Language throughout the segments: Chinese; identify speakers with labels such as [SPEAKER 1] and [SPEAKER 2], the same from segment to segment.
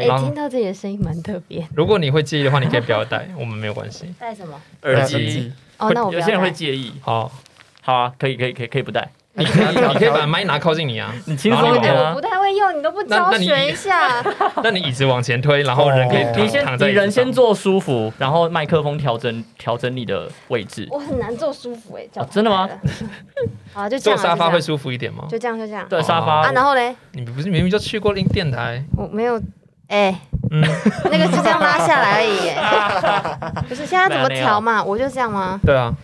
[SPEAKER 1] 哎、
[SPEAKER 2] 然后
[SPEAKER 1] 听到自己的声音蛮特别。
[SPEAKER 2] 如果你会介意的话，你可以不要 戴，我们没有关系。
[SPEAKER 1] 戴什么？
[SPEAKER 3] 耳
[SPEAKER 2] 耳
[SPEAKER 3] 机
[SPEAKER 2] 机，
[SPEAKER 1] 哦，
[SPEAKER 3] 会
[SPEAKER 1] 那我不
[SPEAKER 3] 有
[SPEAKER 1] 要
[SPEAKER 3] 些人会
[SPEAKER 1] 戴。
[SPEAKER 3] 介意。
[SPEAKER 2] 好，
[SPEAKER 3] 好啊，可以可以可以可以不戴，
[SPEAKER 2] 你可以你可以把麦拿靠近你 啊，
[SPEAKER 3] 你轻
[SPEAKER 2] 然后
[SPEAKER 3] 松一
[SPEAKER 2] 你
[SPEAKER 1] 哎、
[SPEAKER 3] 点
[SPEAKER 1] 我
[SPEAKER 3] 啊
[SPEAKER 1] 不。太会用，你都不教
[SPEAKER 2] 那那你
[SPEAKER 1] 学一下。
[SPEAKER 2] 那你椅子往前推，然后人可以
[SPEAKER 3] 你
[SPEAKER 2] 躺
[SPEAKER 3] 你先
[SPEAKER 2] 躺
[SPEAKER 3] 你
[SPEAKER 2] 在椅
[SPEAKER 3] 人
[SPEAKER 2] 子
[SPEAKER 3] 先
[SPEAKER 2] 上。
[SPEAKER 3] 坐舒服，然后麦克风调整调整你的位置。
[SPEAKER 1] 我很难坐舒服哎、脚、
[SPEAKER 3] 哦真的吗？
[SPEAKER 1] 好啊，就这
[SPEAKER 2] 坐
[SPEAKER 1] 样啊
[SPEAKER 2] 沙发
[SPEAKER 1] 就
[SPEAKER 2] 会
[SPEAKER 1] 这样
[SPEAKER 2] 舒服一点吗？
[SPEAKER 1] 就这样，就这样。
[SPEAKER 3] 对沙
[SPEAKER 1] 啊，
[SPEAKER 3] 发，
[SPEAKER 1] 然后嘞，
[SPEAKER 2] 你不是明明就去过另电台？
[SPEAKER 1] 我没有，哎、
[SPEAKER 2] 嗯，
[SPEAKER 1] 那个就这样拉下来而已、哎 不是现在怎么调嘛？我就这样吗？
[SPEAKER 2] 对啊，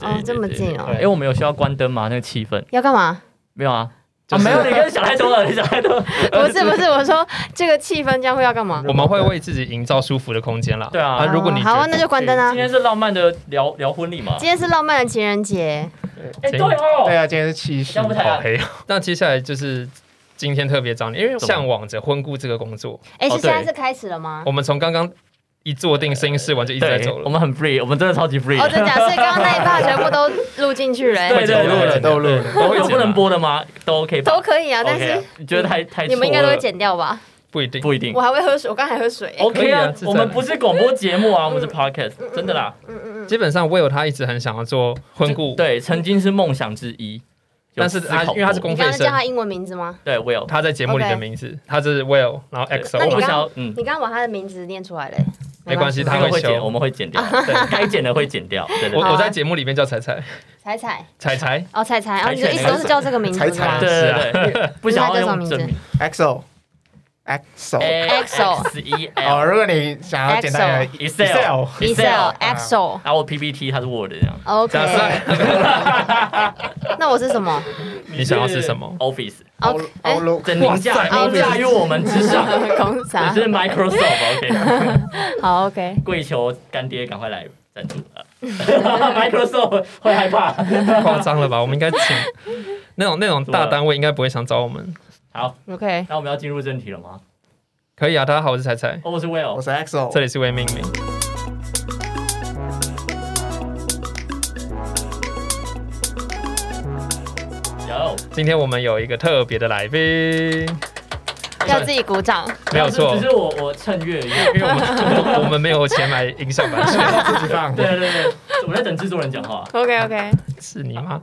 [SPEAKER 1] 哦，
[SPEAKER 3] 对
[SPEAKER 1] 这么近哦、
[SPEAKER 3] 因哎为我们有需要关灯嘛，那个气氛
[SPEAKER 1] 要干 嘛？
[SPEAKER 3] 没有啊。
[SPEAKER 2] 就
[SPEAKER 3] 啊，
[SPEAKER 2] 是
[SPEAKER 3] 没有，你跟想太多 了，你想太多了。
[SPEAKER 1] 不是不是，我说这个气氛将会要干嘛？
[SPEAKER 2] 我们会为自己营造舒服的空间啦。
[SPEAKER 3] 对啊
[SPEAKER 2] 如果你
[SPEAKER 1] 哦好
[SPEAKER 2] 觉
[SPEAKER 1] 啊，
[SPEAKER 2] 得
[SPEAKER 1] 那就关灯啊
[SPEAKER 3] 今。天是浪漫的聊聊婚礼嘛？
[SPEAKER 1] 今天是浪漫的情人节，
[SPEAKER 3] 哎，
[SPEAKER 2] 今
[SPEAKER 3] 对
[SPEAKER 2] 天
[SPEAKER 3] 哦
[SPEAKER 4] 对，啊，今天是七夕
[SPEAKER 1] 哎
[SPEAKER 3] 这，样不太
[SPEAKER 2] 好
[SPEAKER 3] 好。
[SPEAKER 2] 黑哦。 那接下来就是今天特别找你，因为
[SPEAKER 3] 怎么
[SPEAKER 2] 向往着婚顾这个工作，
[SPEAKER 1] 哎、
[SPEAKER 3] 哦
[SPEAKER 1] 是现在
[SPEAKER 3] 对
[SPEAKER 1] 是开始了吗？
[SPEAKER 2] 我们从刚刚一坐定声音试完就一直在
[SPEAKER 3] 对
[SPEAKER 2] 走了
[SPEAKER 3] 我。们很 free，我们真的超级 free
[SPEAKER 1] 哦，
[SPEAKER 3] 的。
[SPEAKER 1] 真假？所以刚刚那一趴全部都录进去了、哎
[SPEAKER 3] 对对
[SPEAKER 4] 都录了都录了，
[SPEAKER 2] 都会
[SPEAKER 3] 有
[SPEAKER 2] 剪
[SPEAKER 3] 不能
[SPEAKER 2] 吗
[SPEAKER 3] 播的吗？都 OK 吧
[SPEAKER 1] 都可以啊，但
[SPEAKER 3] OK
[SPEAKER 1] 是
[SPEAKER 3] 啊你觉得太太
[SPEAKER 1] 你们应该
[SPEAKER 3] 错
[SPEAKER 1] 都
[SPEAKER 3] 了嗯
[SPEAKER 1] 会剪掉吧？
[SPEAKER 2] 不一定，
[SPEAKER 3] 不一定
[SPEAKER 1] 我。还会喝水，我刚才还喝水、哎
[SPEAKER 3] OK
[SPEAKER 2] 可以
[SPEAKER 3] 啊
[SPEAKER 2] 啊，自在
[SPEAKER 3] 我们不是广播节目啊，我们是 podcast，
[SPEAKER 1] 嗯
[SPEAKER 3] 真的啦。
[SPEAKER 1] 嗯嗯嗯，
[SPEAKER 2] 基本上 Will 他一直很想要做婚顾，
[SPEAKER 3] 对，曾经是梦想之一，有
[SPEAKER 2] 但是
[SPEAKER 3] 思
[SPEAKER 2] 他
[SPEAKER 3] 考
[SPEAKER 2] 因为他是
[SPEAKER 3] 过
[SPEAKER 2] 公
[SPEAKER 1] 你
[SPEAKER 2] 费
[SPEAKER 1] 刚刚叫
[SPEAKER 2] 生，
[SPEAKER 1] 他英文名字吗？
[SPEAKER 3] 对 Will，
[SPEAKER 2] 他在节目里的
[SPEAKER 1] OK
[SPEAKER 2] 名字，他是 Will，然后
[SPEAKER 3] 对
[SPEAKER 2] XO，
[SPEAKER 1] 那你刚
[SPEAKER 3] 我们
[SPEAKER 2] 嘛
[SPEAKER 3] 想要嗯，
[SPEAKER 1] 你刚刚把他的名字念出来了、欸
[SPEAKER 2] 没关系，
[SPEAKER 3] 那
[SPEAKER 2] 他
[SPEAKER 3] 个会
[SPEAKER 2] 修
[SPEAKER 3] 剪，。我们会 剪掉，对，该剪的会剪掉。对
[SPEAKER 2] 我
[SPEAKER 3] 对对
[SPEAKER 1] 好啊
[SPEAKER 2] 我在节目里面叫彩彩，
[SPEAKER 1] 彩彩
[SPEAKER 2] 彩彩，
[SPEAKER 1] 哦，彩彩，哦，
[SPEAKER 3] 彩
[SPEAKER 1] 你就一直都是叫这个名字
[SPEAKER 4] 彩
[SPEAKER 1] 是吗
[SPEAKER 4] 彩
[SPEAKER 3] 对对对 对，不想要
[SPEAKER 1] 那叫什么
[SPEAKER 3] 用
[SPEAKER 1] 名字
[SPEAKER 3] 真名
[SPEAKER 4] XO
[SPEAKER 1] 哎
[SPEAKER 4] XO。
[SPEAKER 1] Excel
[SPEAKER 3] X E
[SPEAKER 4] 哦，
[SPEAKER 1] 哎
[SPEAKER 3] L
[SPEAKER 4] 如果你想要简单的
[SPEAKER 3] Excel
[SPEAKER 4] 哦
[SPEAKER 1] ？Excel Excel
[SPEAKER 3] 然后我 PPT 它是 Word 这样。
[SPEAKER 2] 假
[SPEAKER 1] OK，
[SPEAKER 2] 设
[SPEAKER 1] 那我是什么
[SPEAKER 2] 你想要是什么？
[SPEAKER 3] Office，
[SPEAKER 1] ？OK，哎，
[SPEAKER 4] 哦 Outlook，
[SPEAKER 3] 整凌驾
[SPEAKER 2] 哇塞
[SPEAKER 3] 凌驾于我们之上，
[SPEAKER 1] 公
[SPEAKER 3] 我
[SPEAKER 1] 啥？
[SPEAKER 3] 是 Microsoft，OK。
[SPEAKER 1] 好 OK，
[SPEAKER 3] 跪求干爹赶快来赞助啊！Microsoft 会害怕。
[SPEAKER 2] 太夸张了吧？我们应该请那种那种大单位应该不会想找我们。
[SPEAKER 3] 好，
[SPEAKER 1] OK，
[SPEAKER 3] 那我们要进入正题了吗？
[SPEAKER 2] 可以啊，大家好，我是彩彩，
[SPEAKER 3] 哦我是
[SPEAKER 4] 我
[SPEAKER 3] Will，
[SPEAKER 4] 是 XO，
[SPEAKER 2] 这里是为命名。
[SPEAKER 3] 有
[SPEAKER 2] 今天我们有一个特别的来宾，
[SPEAKER 1] 要自己鼓掌。
[SPEAKER 2] 没有错
[SPEAKER 3] 只， 是我我趁月因为
[SPEAKER 2] 因为我们我们没有钱买音效版权，
[SPEAKER 4] 自己放。
[SPEAKER 3] 对对对，我在等制作人讲话，
[SPEAKER 1] OK OK，
[SPEAKER 2] 是你吗？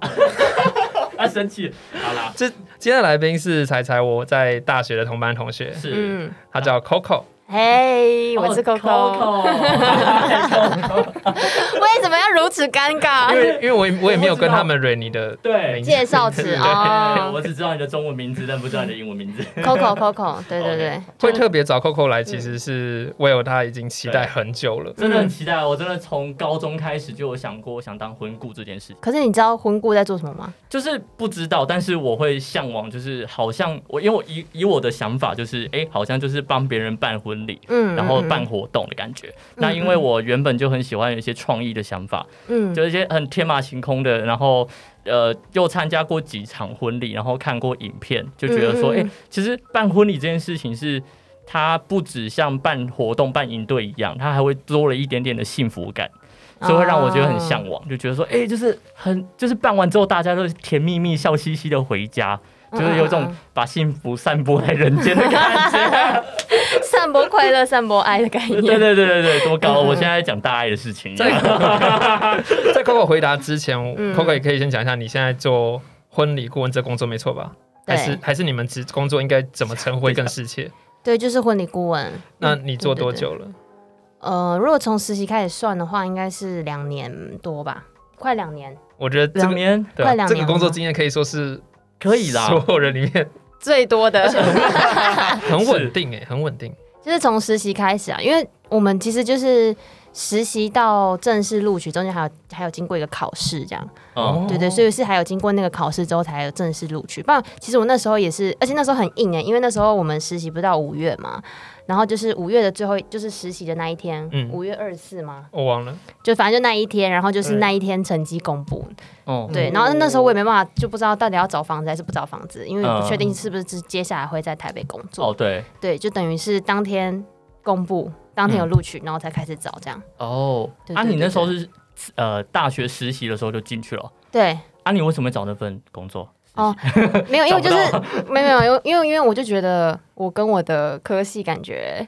[SPEAKER 3] 他生气了。好啦，
[SPEAKER 2] 这今天的来宾是彩彩，我在大学的同班同学，
[SPEAKER 3] 是。
[SPEAKER 1] 嗯，
[SPEAKER 2] 他叫 Coco。
[SPEAKER 1] 嘿，我是 Coco，
[SPEAKER 3] 哦 Coco
[SPEAKER 1] 为什么要如此尴
[SPEAKER 2] 因
[SPEAKER 1] 尬？
[SPEAKER 2] 为因为我也我也没有跟他们 r 你的
[SPEAKER 3] 对
[SPEAKER 2] 名 字
[SPEAKER 1] 介绍词
[SPEAKER 3] 对，
[SPEAKER 1] 哦
[SPEAKER 3] 我只知道你的中文名字，但不知道你的英文名字。
[SPEAKER 1] ，Coco Coco，对 对对，
[SPEAKER 2] 会特别找 Coco 来，其实是 Will 他已经期待很久了。
[SPEAKER 3] 真的很期待，我真的从高中开始就有想过，我想当婚顾这件事情。
[SPEAKER 1] 可是你知道婚顾在做什么吗？
[SPEAKER 3] 就是不知道，但是我会向往，就是好像我，因为我以以我的想法就是，哎、好像就是帮别人办婚礼，
[SPEAKER 1] 嗯，
[SPEAKER 3] 然后
[SPEAKER 1] 嗯
[SPEAKER 3] 办，活动的感觉。那因为我原本就很喜欢有一些创意的想法，
[SPEAKER 1] 嗯，
[SPEAKER 3] 就是一些很天马行空的，然后呃，又参加过几场婚礼，然后看过影片，就觉得说，
[SPEAKER 1] 嗯嗯
[SPEAKER 3] 哎、
[SPEAKER 1] 嗯
[SPEAKER 3] 其实办婚礼这件事情是。它不只像办活动、办营队一样，它还会多了一点点的幸福感，所以会让我觉得
[SPEAKER 1] 哦
[SPEAKER 3] 很向往，就觉得说，哎、就是很就是办完之后，大家都甜蜜蜜、笑嘻嘻的回家，
[SPEAKER 1] 嗯，
[SPEAKER 3] 就是有一种
[SPEAKER 1] 嗯
[SPEAKER 3] 把幸福散播在人间的感觉。
[SPEAKER 1] 嗯散播快乐、散播爱的概
[SPEAKER 3] 对
[SPEAKER 1] 念。
[SPEAKER 3] 对对对对，多高！
[SPEAKER 1] 嗯嗯
[SPEAKER 3] 我现在在讲大爱的事 情。
[SPEAKER 2] 在在 Coco 回答之前
[SPEAKER 1] 嗯
[SPEAKER 2] ，Coco 也可以先讲一下你现在做婚礼顾问这工作没错吧？还
[SPEAKER 1] 对
[SPEAKER 2] 是还是你们职工作应该怎么称呼会更适切？
[SPEAKER 1] 对，就是婚礼顾问。
[SPEAKER 2] 那你做多
[SPEAKER 1] 嗯
[SPEAKER 2] 久了？
[SPEAKER 1] 呃，如果从实习开始算的话，应该是两年多吧，快两年，
[SPEAKER 2] 我觉得这
[SPEAKER 3] 两
[SPEAKER 2] 个
[SPEAKER 3] 年
[SPEAKER 2] 对
[SPEAKER 1] 快
[SPEAKER 2] 啊
[SPEAKER 1] 两
[SPEAKER 2] 这
[SPEAKER 1] 年
[SPEAKER 2] 个
[SPEAKER 1] 了
[SPEAKER 2] 工作经验可以说是
[SPEAKER 3] 可以啦，
[SPEAKER 2] 所有人里 面
[SPEAKER 1] 最多的 啊
[SPEAKER 2] 很稳定哎，很稳定。
[SPEAKER 1] 就是从实习开始啊，因为我们其实就是实习到正式录取中间还有还有经过一个考试这样。
[SPEAKER 3] 哦，
[SPEAKER 1] 对对，所以是还有经过那个考试之后才有正式录取。不然其实我那时候也是，而且那时候很硬哎、因为那时候我们实习不是到五月嘛，然后就是五月的最后一就是实习的那一天，
[SPEAKER 2] 嗯
[SPEAKER 1] 五、月二十四嘛，
[SPEAKER 2] 我忘了，
[SPEAKER 1] 就反正就那一天，然后就是
[SPEAKER 2] 对
[SPEAKER 1] 那一天成绩公布，
[SPEAKER 3] 哦，
[SPEAKER 1] 对，然后那时候我也没办法，就不知道到底要找房子还是不找房子，因为我不确定是不是只接下来会在台北工作，
[SPEAKER 3] 哦对，
[SPEAKER 1] 对，就等于是当天公布，当天有录取，然后才开始找这样，
[SPEAKER 3] 哦
[SPEAKER 1] 对，
[SPEAKER 3] 啊，
[SPEAKER 1] 对
[SPEAKER 3] 你那
[SPEAKER 1] 对
[SPEAKER 3] 时候是呃大学实习的时候就进去了，
[SPEAKER 1] 对，
[SPEAKER 3] 啊，你为什么会找那份工作？
[SPEAKER 1] 哦，没有，因为就是 没有没有，因为因为因为我就觉得我跟我的科系感觉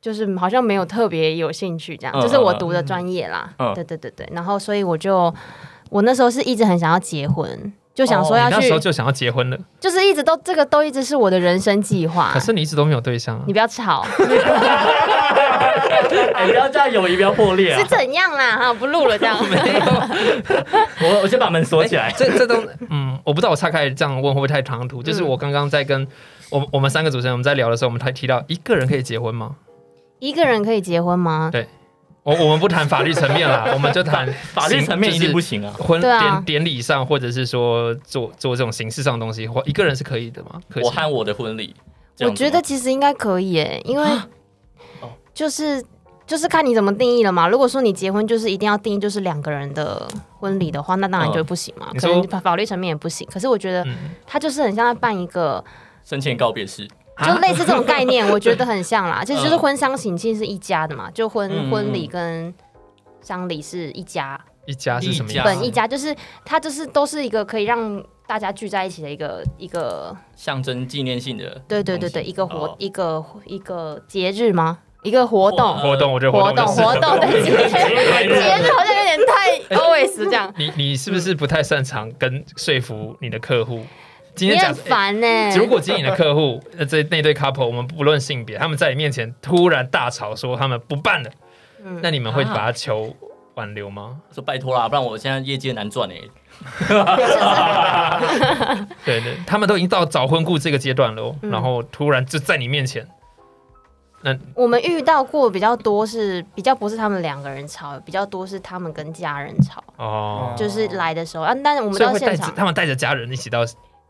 [SPEAKER 1] 就是好像没有特别有兴趣这样，
[SPEAKER 3] 嗯
[SPEAKER 1] 就是我读的专业啦，
[SPEAKER 3] 嗯嗯
[SPEAKER 1] 对对对对，然后所以我就我那时候是一直很想要结婚，就想说
[SPEAKER 2] 哦你
[SPEAKER 1] 要
[SPEAKER 2] 那
[SPEAKER 1] 啊去，
[SPEAKER 2] 时候就想要结婚了，
[SPEAKER 1] 就是一直都这个都一直是我的人生计划
[SPEAKER 2] 可。是你一直都没有对象啊
[SPEAKER 1] 啊你。不要 吵，
[SPEAKER 3] 哎，不要这样，友谊不要破裂
[SPEAKER 1] 是
[SPEAKER 3] 啊！
[SPEAKER 1] 怎样啦？哈，不录了 这样。
[SPEAKER 3] 我我先把门锁起来
[SPEAKER 2] 哎。这这都嗯，我不知道我岔开这样问会不会太唐突。
[SPEAKER 1] 嗯
[SPEAKER 2] 就是我刚刚在跟我我们三个主持人我们在聊的时候，我们才提到一个人可以结婚吗？
[SPEAKER 1] 一个人可以结婚吗？
[SPEAKER 2] 我我们不谈法律层面啦，我们就谈
[SPEAKER 3] 法律层面一定不
[SPEAKER 2] 行。
[SPEAKER 3] 行啊！
[SPEAKER 2] 就是婚
[SPEAKER 1] 对啊
[SPEAKER 2] 典典礼上，或者是说做做这种形式上的东西，或一个人是可以的吗？可以
[SPEAKER 3] 我。和我的婚礼，这
[SPEAKER 1] 我
[SPEAKER 3] 样子吗啊哦
[SPEAKER 1] 觉得其实应该可以诶，因为就是就是看你怎么定义了嘛。如果说你结婚就是一定要定义就是两个人的婚礼的话，那当
[SPEAKER 3] 哦
[SPEAKER 1] 然就不行嘛，
[SPEAKER 2] 你
[SPEAKER 1] 可
[SPEAKER 2] 说
[SPEAKER 1] 能法法律层面也不行。可是我觉得
[SPEAKER 2] 嗯，
[SPEAKER 1] 它就是很像在办一个，
[SPEAKER 3] 生前告别式，
[SPEAKER 1] 就类似这种概 念，我觉得很像啦。其实就是
[SPEAKER 3] 啊嗯
[SPEAKER 1] 婚丧喜庆是一家的嘛，就婚、
[SPEAKER 3] 嗯嗯
[SPEAKER 1] 婚礼跟。丧礼是一家，
[SPEAKER 2] 一家是什么意
[SPEAKER 3] 一家
[SPEAKER 2] 思？
[SPEAKER 1] 本一家就是它就是都是一个可以让大家聚在一起的一个一个，
[SPEAKER 3] 象征纪念性的，
[SPEAKER 1] 对对对对，一个活、
[SPEAKER 3] 哦
[SPEAKER 1] 一个一个节日吗？一个活动，
[SPEAKER 2] 活动，我觉得
[SPEAKER 1] 活动
[SPEAKER 2] 动就是哎
[SPEAKER 1] 活动的节日， 节
[SPEAKER 3] 哎
[SPEAKER 1] 日好像有点太 always 这样，
[SPEAKER 2] 你你是不是不太擅长跟说服你的客户？今
[SPEAKER 1] 你
[SPEAKER 2] 天假
[SPEAKER 1] 很
[SPEAKER 2] 设
[SPEAKER 1] 烦呢、
[SPEAKER 2] 欸如果今天你的客户，呃，这那对 couple，我们不论性别，他们在你面前突然大吵说他们不办了，
[SPEAKER 1] 嗯啊
[SPEAKER 2] 那你们会把他求挽留吗？
[SPEAKER 3] 说拜托啦，不然我现在业界难赚哎。
[SPEAKER 2] 对对，他们都已经到找婚顾这个阶段了哦，
[SPEAKER 1] 嗯
[SPEAKER 2] 然后突然就在你面前，
[SPEAKER 1] 我们遇到过比较多是比较不是他们两个人吵，比较多是他们跟家人吵，
[SPEAKER 2] 哦，
[SPEAKER 1] 就是来的时候啊，但是我们
[SPEAKER 2] 所以
[SPEAKER 1] 到
[SPEAKER 2] 会带
[SPEAKER 1] 现
[SPEAKER 2] 着
[SPEAKER 1] 场，
[SPEAKER 2] 他们带着家人一起到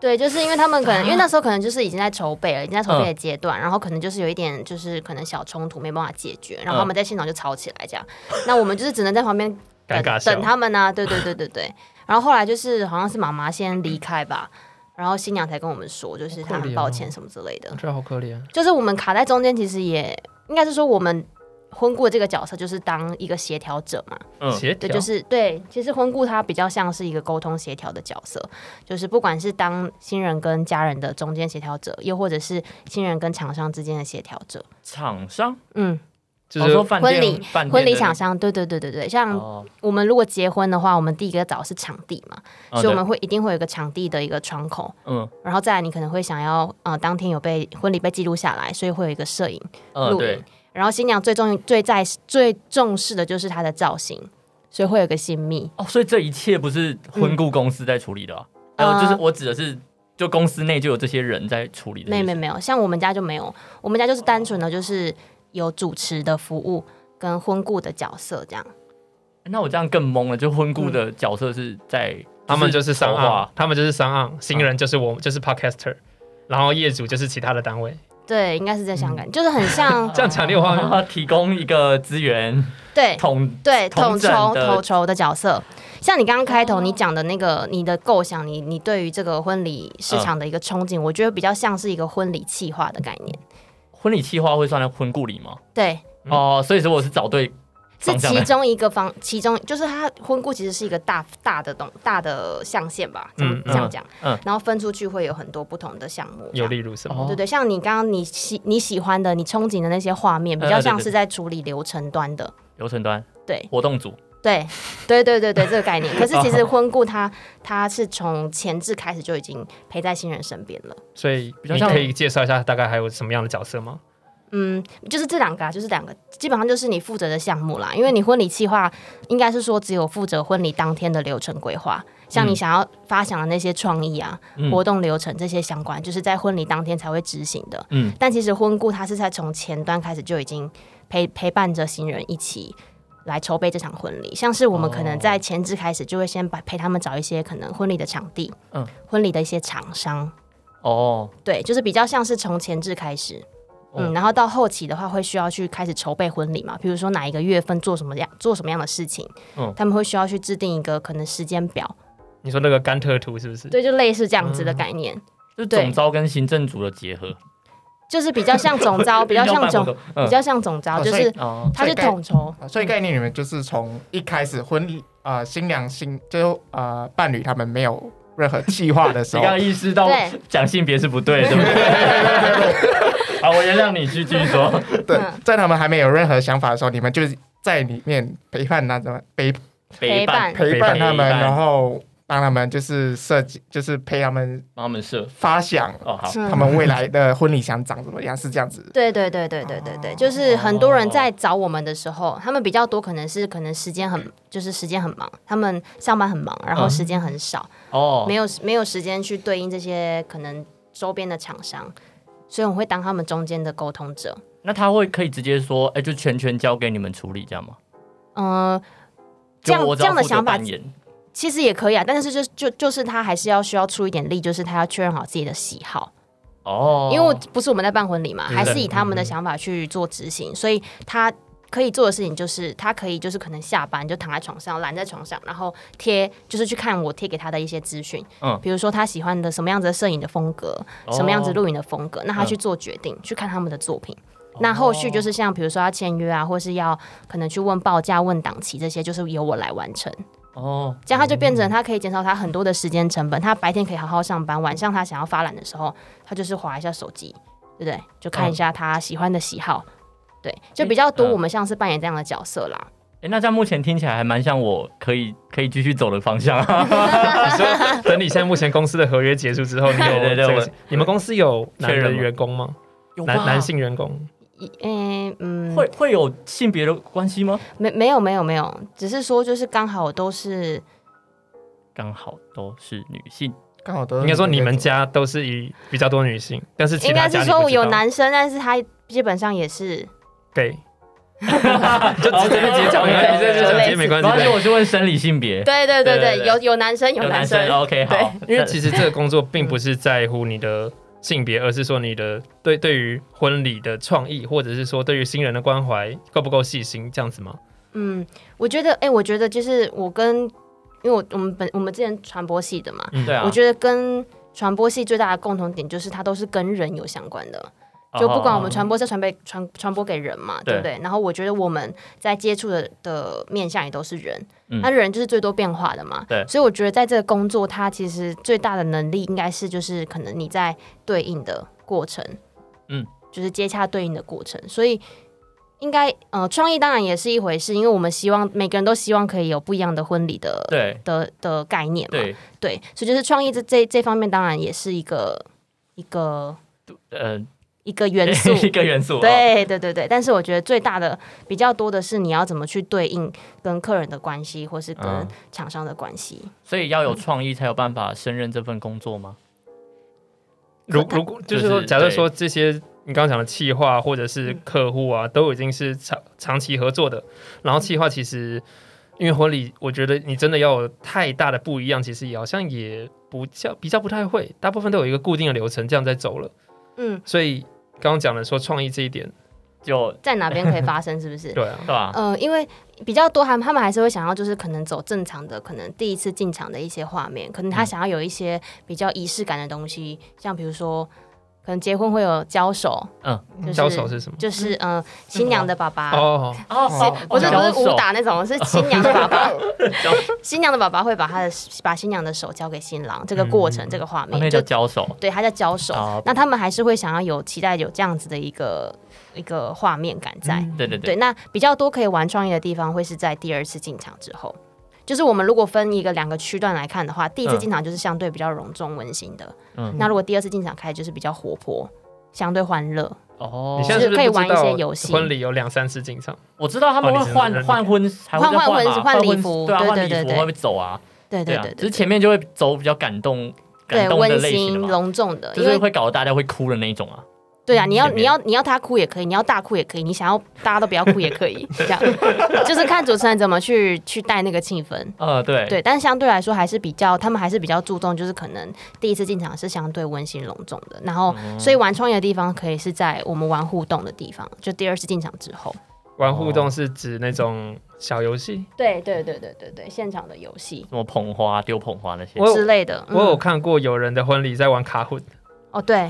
[SPEAKER 1] 对，就是因为他们可能因为那时候可能就是已经在筹备了，已经在筹
[SPEAKER 2] 嗯
[SPEAKER 1] 备的阶段，然后可能就是有一点就是可能小冲突没办法解决，然后
[SPEAKER 2] 嗯
[SPEAKER 1] 他们在现场就吵起来这样，那我们就是只能在旁边
[SPEAKER 2] 尴尬
[SPEAKER 1] 等
[SPEAKER 2] 笑
[SPEAKER 1] 等。他们呢、啊对对对对对。然后后来就是好像是妈妈先离开吧，然后新娘才跟我们说，就是
[SPEAKER 2] 好可
[SPEAKER 1] 她很
[SPEAKER 2] 怜
[SPEAKER 1] 抱
[SPEAKER 2] 哦
[SPEAKER 1] 歉什么之类的。
[SPEAKER 2] 这好可怜，
[SPEAKER 1] 就是我们卡在中间，其实也应该是说我们。婚顾这个角色就是当一个协调者嘛，
[SPEAKER 3] 嗯
[SPEAKER 2] 协
[SPEAKER 1] 对，
[SPEAKER 2] 调
[SPEAKER 1] 就是对。其实婚顾他比较像是一个沟通协调的角色，就是不管是当新人跟家人的中间协调者，又或者是新人跟厂商之间的协调者。
[SPEAKER 3] 厂商，
[SPEAKER 1] 嗯，
[SPEAKER 2] 就
[SPEAKER 3] 哦
[SPEAKER 2] 是
[SPEAKER 3] 说饭店
[SPEAKER 1] 婚礼
[SPEAKER 3] 饭店
[SPEAKER 1] 婚礼
[SPEAKER 3] 的
[SPEAKER 1] 厂商，对对对对对，像
[SPEAKER 3] 哦，
[SPEAKER 1] 我们如果结婚的话，我们第一个找的是场地嘛，
[SPEAKER 3] 哦
[SPEAKER 1] 所以我们会一定会有一个场地的一个窗口，
[SPEAKER 3] 对嗯
[SPEAKER 1] 然后再来你可能会想要，呃，当天有被婚礼被记录下来，所以会有一个摄影
[SPEAKER 3] 嗯
[SPEAKER 1] 录
[SPEAKER 3] 对
[SPEAKER 1] 影，，然后新娘最重最在最重视的就是她的造型，所以会有个新密，
[SPEAKER 3] 哦，所以这一切不是婚顾公司在处理的啊，还
[SPEAKER 1] 嗯
[SPEAKER 3] 有就是我指的是，就公司内就有这些人在处理的，
[SPEAKER 1] 没有没有没有，像我们家就没有，我们家就是单纯的就是有主持的服务跟婚顾的角色这样，
[SPEAKER 3] 那我这样更懵了，就婚顾
[SPEAKER 1] 嗯
[SPEAKER 3] 的角色是在
[SPEAKER 2] 他们就是商
[SPEAKER 3] 筹划
[SPEAKER 2] 案，他们就是商案，
[SPEAKER 3] 嗯
[SPEAKER 2] 新人就是我，就是 podcaster，然后业主就是其他的单位。
[SPEAKER 1] 对，应该是在香港，就是很像
[SPEAKER 2] 嗯 这样讲你有画面吗，
[SPEAKER 3] 啊 提供一个资源
[SPEAKER 1] 对
[SPEAKER 3] 统
[SPEAKER 1] 对，统
[SPEAKER 3] 统整
[SPEAKER 1] 筹
[SPEAKER 3] 的
[SPEAKER 1] 统筹的角色，像你刚刚开头你讲的那个你的构想，你你对于这个婚礼
[SPEAKER 3] 嗯
[SPEAKER 1] 市场的一个憧憬，我觉得比较像是一个婚礼企划的概念。
[SPEAKER 3] 婚礼计划会算在婚顾里吗？
[SPEAKER 1] 对，
[SPEAKER 2] 嗯
[SPEAKER 3] 哦，所以说我是找对
[SPEAKER 1] 是
[SPEAKER 3] 方向
[SPEAKER 1] 其
[SPEAKER 3] 的，
[SPEAKER 1] 中一个方，其中就是它婚顾其实是一个大大的东大的象限吧，这样
[SPEAKER 2] 嗯
[SPEAKER 1] 这样讲，
[SPEAKER 3] 嗯
[SPEAKER 1] 然后分出去会有很多不同的项目。
[SPEAKER 2] 有例如什么？
[SPEAKER 3] 哦
[SPEAKER 1] 对对，像你刚刚你喜你喜欢的、你憧憬的那些画面，比
[SPEAKER 3] 呃
[SPEAKER 1] 较
[SPEAKER 3] 对
[SPEAKER 1] 像
[SPEAKER 3] 对
[SPEAKER 1] 是在处理流程端的。
[SPEAKER 3] 流程端
[SPEAKER 1] 对
[SPEAKER 3] 活动组
[SPEAKER 1] 对，对对对对，这个概念。可是其实婚顾他他是从前置开始就已经陪在新人身边了。
[SPEAKER 2] 所以
[SPEAKER 3] 较
[SPEAKER 2] 你
[SPEAKER 3] 像
[SPEAKER 2] 可以介绍一下大概还有什么样的角色吗？
[SPEAKER 1] 嗯，就是这两个、啊，就是两个，基本上就是你负责的项目啦。因为你婚礼计划应该是说只有负责婚礼当天的流程规划，像你
[SPEAKER 3] 嗯
[SPEAKER 1] 想要发想的那些创意啊、
[SPEAKER 3] 嗯
[SPEAKER 1] 活动流程这些相关，就是在婚礼当天才会执行的。
[SPEAKER 3] 嗯，
[SPEAKER 1] 但其实婚顾他是在从前端开始就已经陪陪伴着新人一起来筹备这场婚礼，像是我们可能在前置开始就会先把陪他们找一些可能婚礼的场地，
[SPEAKER 3] 嗯
[SPEAKER 1] 婚礼的一些厂商，
[SPEAKER 3] 哦，
[SPEAKER 1] 对，就是比较像是从前置开始。
[SPEAKER 3] 哦
[SPEAKER 1] 嗯，然后到后期的话，会需要去开始筹备婚礼嘛？比如说哪一个月份做什么样做什么样的事情，
[SPEAKER 3] 嗯
[SPEAKER 4] 哦
[SPEAKER 1] 他们会需要去制定一个可能时间表，
[SPEAKER 2] 你说那个甘特图是不是？
[SPEAKER 1] 对，就类似这样子的
[SPEAKER 4] 嗯
[SPEAKER 1] 概念，
[SPEAKER 3] 就
[SPEAKER 1] 对
[SPEAKER 3] 总招跟行政组的结合，
[SPEAKER 1] 就是比较像总 招，比较像总，比
[SPEAKER 3] 嗯
[SPEAKER 1] 较像总招，
[SPEAKER 4] 哦
[SPEAKER 1] 啊就
[SPEAKER 4] 所以
[SPEAKER 1] 是
[SPEAKER 3] 哦，
[SPEAKER 1] 它是
[SPEAKER 4] 所以该
[SPEAKER 1] 统筹，
[SPEAKER 4] 啊所以概念里面就是从一开始婚礼啊、呃新娘新就啊、呃伴侣他们没有任何计划的时
[SPEAKER 3] 你
[SPEAKER 4] 候
[SPEAKER 3] 刚，刚意识到
[SPEAKER 1] 对
[SPEAKER 3] 讲性别是不对的，对不 对？好，我原谅你，继续说。
[SPEAKER 4] 对
[SPEAKER 1] 嗯，
[SPEAKER 4] 在他们还没有任何想法的时候，你们就是在里面陪伴他们，陪
[SPEAKER 1] 陪伴
[SPEAKER 4] 陪伴他们，啊
[SPEAKER 3] 陪伴
[SPEAKER 4] 然后帮他们就是设计，就是陪他们
[SPEAKER 3] 帮他们设
[SPEAKER 4] 发想
[SPEAKER 3] 哦，好，
[SPEAKER 1] 嗯
[SPEAKER 4] 他们未来的婚礼想长怎么样，是这样子。
[SPEAKER 1] 对对对对对对对，
[SPEAKER 3] 哦
[SPEAKER 1] 就是很多人在找我们的时候，他们比较多可能是可能时间很就是时间很忙，他们上班很忙，然后
[SPEAKER 3] 嗯
[SPEAKER 1] 时间很少，
[SPEAKER 3] 哦，
[SPEAKER 1] 没有没有时间去对应这些可能周边的厂商，所以我会当他们中间的沟通者。
[SPEAKER 3] 那他会可以直接说，哎，就全权交给你们处理，这样吗？
[SPEAKER 1] 嗯、这样
[SPEAKER 3] 就我只
[SPEAKER 1] 这
[SPEAKER 3] 要
[SPEAKER 1] 样的
[SPEAKER 3] 负责
[SPEAKER 1] 想法
[SPEAKER 3] 扮演
[SPEAKER 1] 其实也可以啊，但是就就就是他还是要需要出一点力，就是他要确认好自己的喜好，
[SPEAKER 3] 哦，
[SPEAKER 1] 因为我不是我们在办婚礼嘛，
[SPEAKER 2] 嗯
[SPEAKER 1] 还是以他们的想法去做执
[SPEAKER 3] 嗯
[SPEAKER 1] 行，所以他可以做的事情就是，他可以就是可能下班就躺在床上，懒在床上，然后贴就是去看我贴给他的一些资讯，
[SPEAKER 3] 嗯
[SPEAKER 1] 比如说他喜欢的什么样子的摄影的风格，
[SPEAKER 3] 哦
[SPEAKER 1] 什么样子录影的风格，那他去做决定，去看他们的作品。
[SPEAKER 3] 嗯
[SPEAKER 1] 那后续就是像比如说要签约啊，或是要可能去问报价、问档期这些，就是由我来完成。
[SPEAKER 3] 哦，
[SPEAKER 1] 这样他就变成他可以减少他很多的时间成本，他白天可以好好上班，晚上他想要发懒的时候，他就是划一下手机，对不对？就看一下他喜欢的喜好，对，就比较多。
[SPEAKER 3] 嗯
[SPEAKER 1] 我们像是扮演这样的角色啦，
[SPEAKER 3] 哎，那这样目前听起来还蛮像我可以可以继续走的方向啊。
[SPEAKER 2] 你说等你现在目前公司的合约结束之 后，你有
[SPEAKER 3] 对对对
[SPEAKER 2] 这
[SPEAKER 3] 我
[SPEAKER 2] 个？你们公司有男
[SPEAKER 3] 确认
[SPEAKER 2] 人
[SPEAKER 3] 吗
[SPEAKER 2] 员工吗？
[SPEAKER 3] 有吧
[SPEAKER 2] 男男性员工？
[SPEAKER 1] 一诶嗯，
[SPEAKER 3] 会会有性别的关系吗？
[SPEAKER 1] 没没有没有没有，只是说就是刚好都是
[SPEAKER 3] 刚好都是女性， 嗯
[SPEAKER 4] 刚好都是
[SPEAKER 2] 应该说你们家都是以比较多女性，但是其
[SPEAKER 1] 应
[SPEAKER 2] 他
[SPEAKER 1] 该是
[SPEAKER 2] 家你不知道
[SPEAKER 1] 说有男生，但是他基本上也是
[SPEAKER 2] gay，就直接直接讲，
[SPEAKER 3] OK，OK，OK，
[SPEAKER 2] 没关系，直接讲，直接没
[SPEAKER 3] 没
[SPEAKER 2] 关系
[SPEAKER 3] 关系，
[SPEAKER 2] 对。
[SPEAKER 3] 我是问生理性别，
[SPEAKER 1] 对对对
[SPEAKER 3] 对对
[SPEAKER 1] 对，
[SPEAKER 3] 对
[SPEAKER 1] 有有男生有男生，哦
[SPEAKER 3] 哦，OK，好
[SPEAKER 1] 对，
[SPEAKER 2] 因为其实这个工作并不是在乎你的性别，而是说你的对对于婚礼的创意，或者是说对于新人的关怀够不够细心，这样子吗？
[SPEAKER 1] 嗯，我觉得诶，我觉得就是我跟因为我我们本我们之前传播系的嘛，
[SPEAKER 2] 嗯
[SPEAKER 3] 对啊，
[SPEAKER 1] 我觉得跟传播系最大的共同点就是它都是跟人有相关的，
[SPEAKER 3] 哦
[SPEAKER 1] 就不管我们传播是传被传传播给人嘛，对不对？然后我觉得我们在接触的的面向也都是人，
[SPEAKER 3] 嗯
[SPEAKER 1] 那人就是最多变化的嘛，
[SPEAKER 3] 对
[SPEAKER 1] 所以我觉得在这个工作，它其实最大的能力应该是就是可能你在对应的过程，
[SPEAKER 3] 嗯，
[SPEAKER 1] 就是接洽对应的过程，所以。应该，呃，创意当然也是一回事，因为我们希望每个人都希望可以有不一样的婚礼的
[SPEAKER 3] 对
[SPEAKER 1] 的的概念嘛。
[SPEAKER 3] 对，
[SPEAKER 1] 对，所以就是创意这这这方面，当然也是一个一个
[SPEAKER 3] 呃，
[SPEAKER 1] 一个元素。
[SPEAKER 3] 一个元素，哦，
[SPEAKER 1] 对对对对，但是我觉得最大的比较多的是你要怎么去对应跟客人的关系，或是跟
[SPEAKER 3] 嗯
[SPEAKER 1] 厂商的关系。
[SPEAKER 3] 所以要有创意才有办法胜任这份工作吗？
[SPEAKER 2] 如
[SPEAKER 1] 可他
[SPEAKER 2] 如果就是
[SPEAKER 3] 就是
[SPEAKER 2] 说，假设
[SPEAKER 3] 对嗯
[SPEAKER 2] 说这些你刚刚讲的企划或者是客户啊，都已经是长长期合作的，然后企划其实因为婚礼，我觉得你真的要有太大的不一样，其实也好像也不叫比较不太会，大部分都有一个固定的流程，这样在走了。
[SPEAKER 1] 嗯，
[SPEAKER 2] 所以刚刚讲的说创意这一点，
[SPEAKER 3] 就
[SPEAKER 1] 在哪边可以发生，是不是？
[SPEAKER 2] 对啊，
[SPEAKER 3] 对吧？
[SPEAKER 1] 呃，因为比较多，他们他们还是会想要，就是可能走正常的，可能第一次进场的一些画面，可能
[SPEAKER 2] 嗯
[SPEAKER 1] 他想要有一些比较仪式感的东西，像比如说，可能结婚会有交手，
[SPEAKER 3] 嗯，
[SPEAKER 1] 就是
[SPEAKER 2] 交手是什么？
[SPEAKER 1] 就是嗯、呃新娘的爸爸，
[SPEAKER 2] 哦，
[SPEAKER 3] 哦
[SPEAKER 4] 哦
[SPEAKER 1] 不是不
[SPEAKER 3] 交
[SPEAKER 1] 是
[SPEAKER 3] 手
[SPEAKER 1] 武打那种，是新娘的爸爸。 新娘的爸爸会把他的把新娘的手交给新郎，这个过程、
[SPEAKER 2] 嗯
[SPEAKER 1] 这个画
[SPEAKER 3] 哦那
[SPEAKER 1] 面
[SPEAKER 3] 叫
[SPEAKER 1] 就
[SPEAKER 3] 交手，
[SPEAKER 1] 对他在交手。
[SPEAKER 3] 哦
[SPEAKER 1] 那他们还是会想要有期待有这样子的一个一个画面感在。
[SPEAKER 3] 对嗯
[SPEAKER 1] 对，
[SPEAKER 3] 对对，
[SPEAKER 1] 那比较多可以玩创意的地方会是在第二次进场之后。就是我们如果分一个两个区段来看的话，第一次
[SPEAKER 3] 嗯
[SPEAKER 1] 进场就是相对比较隆重温馨的，
[SPEAKER 3] 嗯
[SPEAKER 1] 那如果第二次进场开始就是比较活泼，相对欢乐，
[SPEAKER 3] 哦
[SPEAKER 2] 你现在是不
[SPEAKER 1] 就是可以
[SPEAKER 2] 是不
[SPEAKER 1] 玩
[SPEAKER 2] 知
[SPEAKER 1] 一些
[SPEAKER 2] 道
[SPEAKER 1] 游戏
[SPEAKER 2] 婚礼有两三次进场，
[SPEAKER 3] 我知道他们
[SPEAKER 2] 哦
[SPEAKER 3] 会
[SPEAKER 2] 你是
[SPEAKER 3] 换
[SPEAKER 2] 人
[SPEAKER 3] 换婚，还会
[SPEAKER 1] 换
[SPEAKER 3] 再
[SPEAKER 1] 换
[SPEAKER 3] 换
[SPEAKER 1] 婚
[SPEAKER 3] 嘛
[SPEAKER 1] 换礼
[SPEAKER 3] 婚
[SPEAKER 1] 服
[SPEAKER 3] 对啊，
[SPEAKER 1] 对
[SPEAKER 3] 换
[SPEAKER 1] 对
[SPEAKER 3] 礼
[SPEAKER 1] 对
[SPEAKER 3] 服
[SPEAKER 1] 对
[SPEAKER 3] 会不会走啊？
[SPEAKER 1] 对
[SPEAKER 3] 对
[SPEAKER 1] 对
[SPEAKER 3] 啊
[SPEAKER 1] 对，
[SPEAKER 3] 只
[SPEAKER 1] 对
[SPEAKER 3] 是前面就会走比较感动、感
[SPEAKER 1] 对
[SPEAKER 3] 动的
[SPEAKER 1] 温
[SPEAKER 3] 类型
[SPEAKER 1] 馨
[SPEAKER 3] 的嘛，
[SPEAKER 1] 隆重的，
[SPEAKER 3] 就
[SPEAKER 1] 因为
[SPEAKER 3] 是会搞得大家会哭的那一种啊。
[SPEAKER 1] 对
[SPEAKER 2] 嗯
[SPEAKER 1] 啊，你要
[SPEAKER 3] 前面
[SPEAKER 1] 你要你要他哭也可以，你要大哭也可以，你想要大家都不要哭也可以，这样 就是看主持人怎么去去带那个气氛。
[SPEAKER 3] 呃，对，
[SPEAKER 1] 对，但相对来说还是比较，他们还是比较注重，就是可能第一次进场是相对温馨隆重的，然后哦
[SPEAKER 3] 嗯
[SPEAKER 2] 嗯
[SPEAKER 1] 所以玩创业的地方可以是在我们玩互动的地方，就第二次进场之后。
[SPEAKER 2] 玩互
[SPEAKER 4] 哦
[SPEAKER 2] 动是指那种小游戏。
[SPEAKER 1] 对对对对对对，现场的游戏
[SPEAKER 3] 什么捧花、丢捧花那些。
[SPEAKER 2] 我有
[SPEAKER 1] 之类的。
[SPEAKER 2] 我有
[SPEAKER 1] 嗯、
[SPEAKER 2] 看过有人的婚礼在玩卡混，
[SPEAKER 1] 哦，对，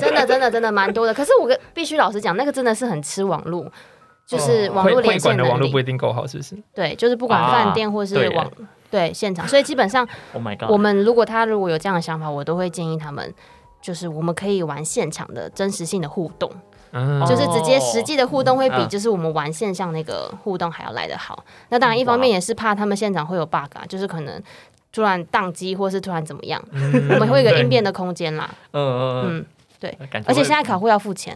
[SPEAKER 1] 真的真的真的蛮多的。可是我跟必须老实讲，那个真的是很吃网络， 就是网
[SPEAKER 2] 会
[SPEAKER 1] 络
[SPEAKER 2] 哦会
[SPEAKER 1] 连线
[SPEAKER 2] 馆的
[SPEAKER 1] 能
[SPEAKER 2] 网
[SPEAKER 1] 力
[SPEAKER 2] 络。不一定够好，是不是？
[SPEAKER 1] 对，就是不管
[SPEAKER 3] 啊
[SPEAKER 1] 饭店或是
[SPEAKER 3] 对耶
[SPEAKER 1] 网，对现场，所以基本上
[SPEAKER 3] Oh my
[SPEAKER 1] 我
[SPEAKER 3] god！
[SPEAKER 1] 们如果他如果有这样的想法，我都会建议他们，就是我们可以玩现场的真实性的互动，
[SPEAKER 2] 嗯，
[SPEAKER 1] 哦就是直接实际的互动会
[SPEAKER 3] 嗯
[SPEAKER 1] 比
[SPEAKER 3] 啊
[SPEAKER 1] 就是我们玩线上那个互动还要来得好。那当然，一方面也是怕他们现场会有 bug 啊，就是可能突然宕机或是突然怎么样，
[SPEAKER 2] 嗯
[SPEAKER 1] 我们会有一个应变的空间啦。
[SPEAKER 3] 嗯嗯嗯
[SPEAKER 1] 嗯，
[SPEAKER 3] 嗯，感觉
[SPEAKER 1] 而且
[SPEAKER 3] 会
[SPEAKER 1] 现在考会要付 钱，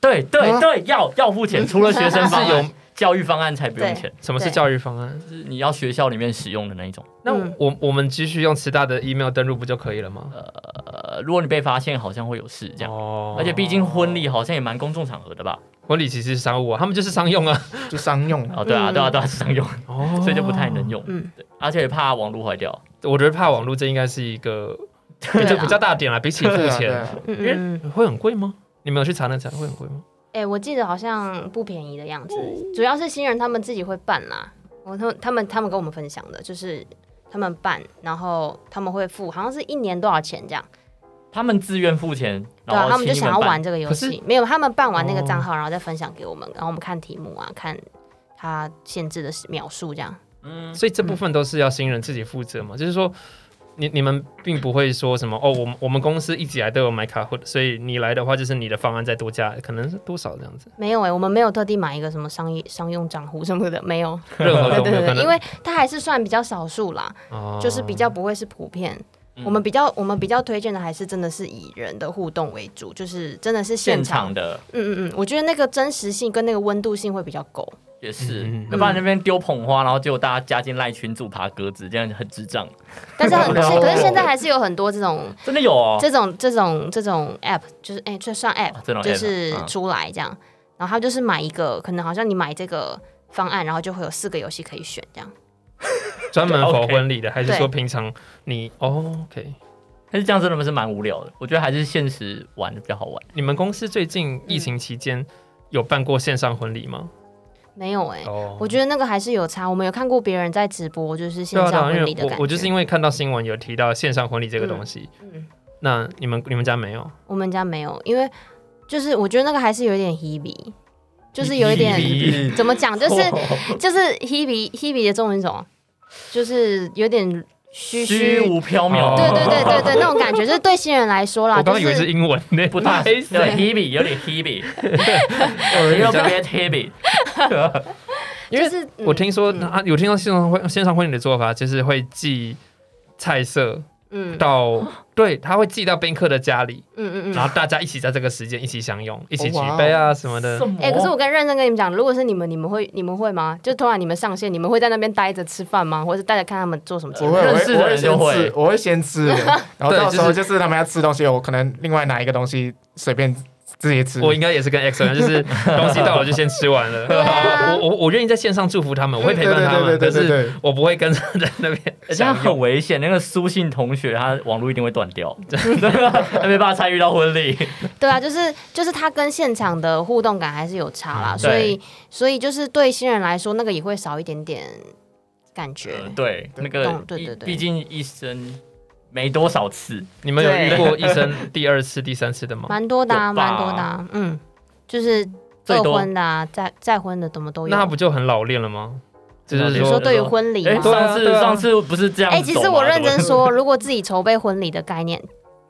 [SPEAKER 3] 对对
[SPEAKER 4] 啊
[SPEAKER 3] 对，要要付钱，除了学生 方
[SPEAKER 2] 是有
[SPEAKER 3] 案，教育方案才不用钱，
[SPEAKER 2] 什么是
[SPEAKER 1] 对
[SPEAKER 2] 教育方案？
[SPEAKER 3] 就是你要学校里面使用的那一种。
[SPEAKER 2] 那
[SPEAKER 1] 嗯
[SPEAKER 2] 我我们继续用师大的 email 登录不就可以了吗？
[SPEAKER 3] 呃，如果你被发现，好像会有事这样。
[SPEAKER 2] 哦
[SPEAKER 3] 而且毕竟婚礼好像也蛮公众场合的吧？
[SPEAKER 2] 婚礼其实是商务啊，他们就是商用啊，
[SPEAKER 4] 就商用了。
[SPEAKER 3] 哦，对啊，
[SPEAKER 1] 嗯
[SPEAKER 3] 对啊，对啊，是常用，
[SPEAKER 2] 哦
[SPEAKER 3] 所以就不太能用。
[SPEAKER 1] 嗯，
[SPEAKER 3] 对，而且怕网络坏掉。
[SPEAKER 2] 我觉得怕网络这应该是一个
[SPEAKER 1] 对
[SPEAKER 2] 就
[SPEAKER 1] 啦
[SPEAKER 2] 比较大点啦，比起付
[SPEAKER 4] 对啊对
[SPEAKER 2] 钱
[SPEAKER 4] 啊
[SPEAKER 1] 嗯
[SPEAKER 2] 因为
[SPEAKER 1] 嗯嗯，
[SPEAKER 2] 会很贵吗？你们有去查那查会很贵吗？
[SPEAKER 1] 哎、我记得好像不便宜的样子，
[SPEAKER 2] 哦
[SPEAKER 1] 主要是新人他们自己会办啦。我他们他们他们跟我们分享的，就是他们办，然后他们会付，好像是一年多少钱这样。
[SPEAKER 3] 他们自愿付钱，
[SPEAKER 1] 对
[SPEAKER 3] 然
[SPEAKER 1] 啊，
[SPEAKER 3] 后
[SPEAKER 1] 他们就
[SPEAKER 3] 请你
[SPEAKER 1] 想要
[SPEAKER 3] 办
[SPEAKER 1] 玩这个游
[SPEAKER 2] 可
[SPEAKER 1] 戏
[SPEAKER 2] 是，
[SPEAKER 1] 没有他们办完那个
[SPEAKER 2] 哦
[SPEAKER 1] 账号，然后再分享给我们，然后我们看题目啊，看他限制的描述这样。
[SPEAKER 3] 嗯，
[SPEAKER 2] 所以这部分都是要新人自己负责嘛，就是说。你你们并不会说什么哦，我们我们公司一直以来都有买卡或所以你来的话就是你的方案再多加，可能是多少这样 子，
[SPEAKER 1] 没有哎、我们没有特地买一个什么商业商用账户什么的，没有。
[SPEAKER 2] 任何
[SPEAKER 1] 对
[SPEAKER 2] 哦都没有
[SPEAKER 1] 对对，
[SPEAKER 2] 可能，
[SPEAKER 1] 因为它还是算比较少数啦，
[SPEAKER 2] 哦
[SPEAKER 1] 就是比较不会是普遍。
[SPEAKER 3] 嗯
[SPEAKER 1] 我们比较我们比较推荐的还是真的是以人的互动为主，就是真的是
[SPEAKER 3] 现
[SPEAKER 1] 现
[SPEAKER 3] 场的
[SPEAKER 1] 嗯嗯嗯，我觉得那个真实性跟那个温度性会比较够。
[SPEAKER 3] 也是
[SPEAKER 2] 嗯嗯嗯，
[SPEAKER 3] 要不然那边丢捧花，然后结果大家加进赖群组爬格子，这样很智障。
[SPEAKER 1] 但是 很，
[SPEAKER 3] 了
[SPEAKER 1] 可是现在还是有很多这种
[SPEAKER 3] 真的有哦，
[SPEAKER 1] 这种这种这种 app，就是哎，这、算 app，、
[SPEAKER 3] 啊
[SPEAKER 2] 哦
[SPEAKER 3] 这种 app，
[SPEAKER 1] 就是
[SPEAKER 3] 嗯
[SPEAKER 1] 出来这样，然后他就是买一个，可能好像你买这个方案，然后就会有四个游戏可以选这样。
[SPEAKER 2] 专门否
[SPEAKER 3] OK
[SPEAKER 2] 婚礼的，还是说
[SPEAKER 1] 对
[SPEAKER 2] 平常你哦，OK？
[SPEAKER 3] 但是这样真的是蛮无聊的。我觉得还是现实玩的比较好玩。
[SPEAKER 2] 你们公司最近疫情期间有办过线上婚礼吗？
[SPEAKER 1] 没有哎、
[SPEAKER 2] 哦
[SPEAKER 1] 我觉得那个还是有差。我们有看过别人在直播，就是线
[SPEAKER 2] 对
[SPEAKER 1] 上
[SPEAKER 2] 啊对啊
[SPEAKER 1] 婚礼
[SPEAKER 2] 因为
[SPEAKER 1] 的感觉。
[SPEAKER 2] 我我就是因为看到新闻有提到线上婚礼这个东西，
[SPEAKER 1] 嗯，
[SPEAKER 2] 那你们你们家没有？
[SPEAKER 1] 我们家没有，因为就是我觉得那个还是有一点 hebe，就是有一点
[SPEAKER 2] 咦
[SPEAKER 1] 怎么讲， 就是
[SPEAKER 2] 哦
[SPEAKER 3] 哦
[SPEAKER 1] 就是 hebe hebe 的中文是什么，就是有点虚
[SPEAKER 3] 虚
[SPEAKER 1] 虚。哦
[SPEAKER 3] 无缥缈，
[SPEAKER 1] 对对对对对，那种感觉就是对新人来说
[SPEAKER 2] 我
[SPEAKER 1] 啦，
[SPEAKER 2] 刚刚以为
[SPEAKER 1] 就是
[SPEAKER 2] 英文呢，
[SPEAKER 3] 不大，有
[SPEAKER 2] 对
[SPEAKER 3] 点 hebe，有点 hebe，有点 hebe，
[SPEAKER 2] 因为
[SPEAKER 1] 就是嗯
[SPEAKER 2] 我听说啊，有听到线上婚线上婚礼的做法，就是会寄菜色
[SPEAKER 1] 嗯
[SPEAKER 2] 到，对，他会寄到宾客的家里，
[SPEAKER 1] 嗯嗯嗯。
[SPEAKER 2] 然后大家一起在这个时间一起享用，一起举
[SPEAKER 4] 哇哦
[SPEAKER 2] 杯啊什么的
[SPEAKER 3] 什。么？
[SPEAKER 1] 哎、可是我跟认真跟你们讲，如果是你们，你们会你们会吗？就突然你们上线，你们会在那边待着吃饭吗？或者待着看他们做什么节
[SPEAKER 4] 我
[SPEAKER 1] 目？
[SPEAKER 4] 会，我
[SPEAKER 3] 认识
[SPEAKER 4] 会，
[SPEAKER 3] 的人
[SPEAKER 4] 我会
[SPEAKER 3] 就
[SPEAKER 4] 先
[SPEAKER 3] 会
[SPEAKER 4] 吃，我会先吃的，然后
[SPEAKER 2] 对
[SPEAKER 4] 到时候
[SPEAKER 2] 就
[SPEAKER 4] 就是他们要吃东西，我可能另外拿一个东西随便自己吃。
[SPEAKER 2] 我应该也是跟 X 一样，就是东西到了就先吃 完了。
[SPEAKER 1] 啊
[SPEAKER 2] 我我我愿意在线上祝福他们，我会陪伴他们，但
[SPEAKER 4] 对对对对
[SPEAKER 2] 是
[SPEAKER 4] 对对
[SPEAKER 2] 我不会跟着在那边
[SPEAKER 3] 哎这样
[SPEAKER 2] 享用
[SPEAKER 3] 很。危险，那个苏姓同学他网络一定会断 掉， 他没办法参与到婚礼。
[SPEAKER 1] 对啊，就是就是他跟现场的互动感还是有差啦，
[SPEAKER 2] 嗯
[SPEAKER 1] 所以所以就是对新人来说，那个也会少一点点感觉。
[SPEAKER 3] 对，那个
[SPEAKER 1] 懂对
[SPEAKER 3] 一
[SPEAKER 1] 对对
[SPEAKER 3] 毕竟一生没多少次，
[SPEAKER 2] 你们有
[SPEAKER 1] 对
[SPEAKER 2] 遇过医生第二次、第三次的吗？
[SPEAKER 4] 哦
[SPEAKER 1] 蛮多的、啊，
[SPEAKER 3] 有吧
[SPEAKER 1] 蛮多的、啊，嗯，就是
[SPEAKER 3] 最
[SPEAKER 1] 二
[SPEAKER 3] 多
[SPEAKER 1] 婚的、啊、再再婚的，怎么都有。
[SPEAKER 2] 那不就很老练了吗？就是
[SPEAKER 1] 你说
[SPEAKER 2] 说，
[SPEAKER 1] 对于婚礼
[SPEAKER 3] 哎、
[SPEAKER 1] 吗？
[SPEAKER 2] 对啊
[SPEAKER 3] 上次、
[SPEAKER 2] 对啊
[SPEAKER 3] 上次不是这样啊
[SPEAKER 1] 哎、
[SPEAKER 3] 走吗？
[SPEAKER 1] 其实我认真
[SPEAKER 3] 怎么
[SPEAKER 1] 说，如果自己筹备婚礼的概念，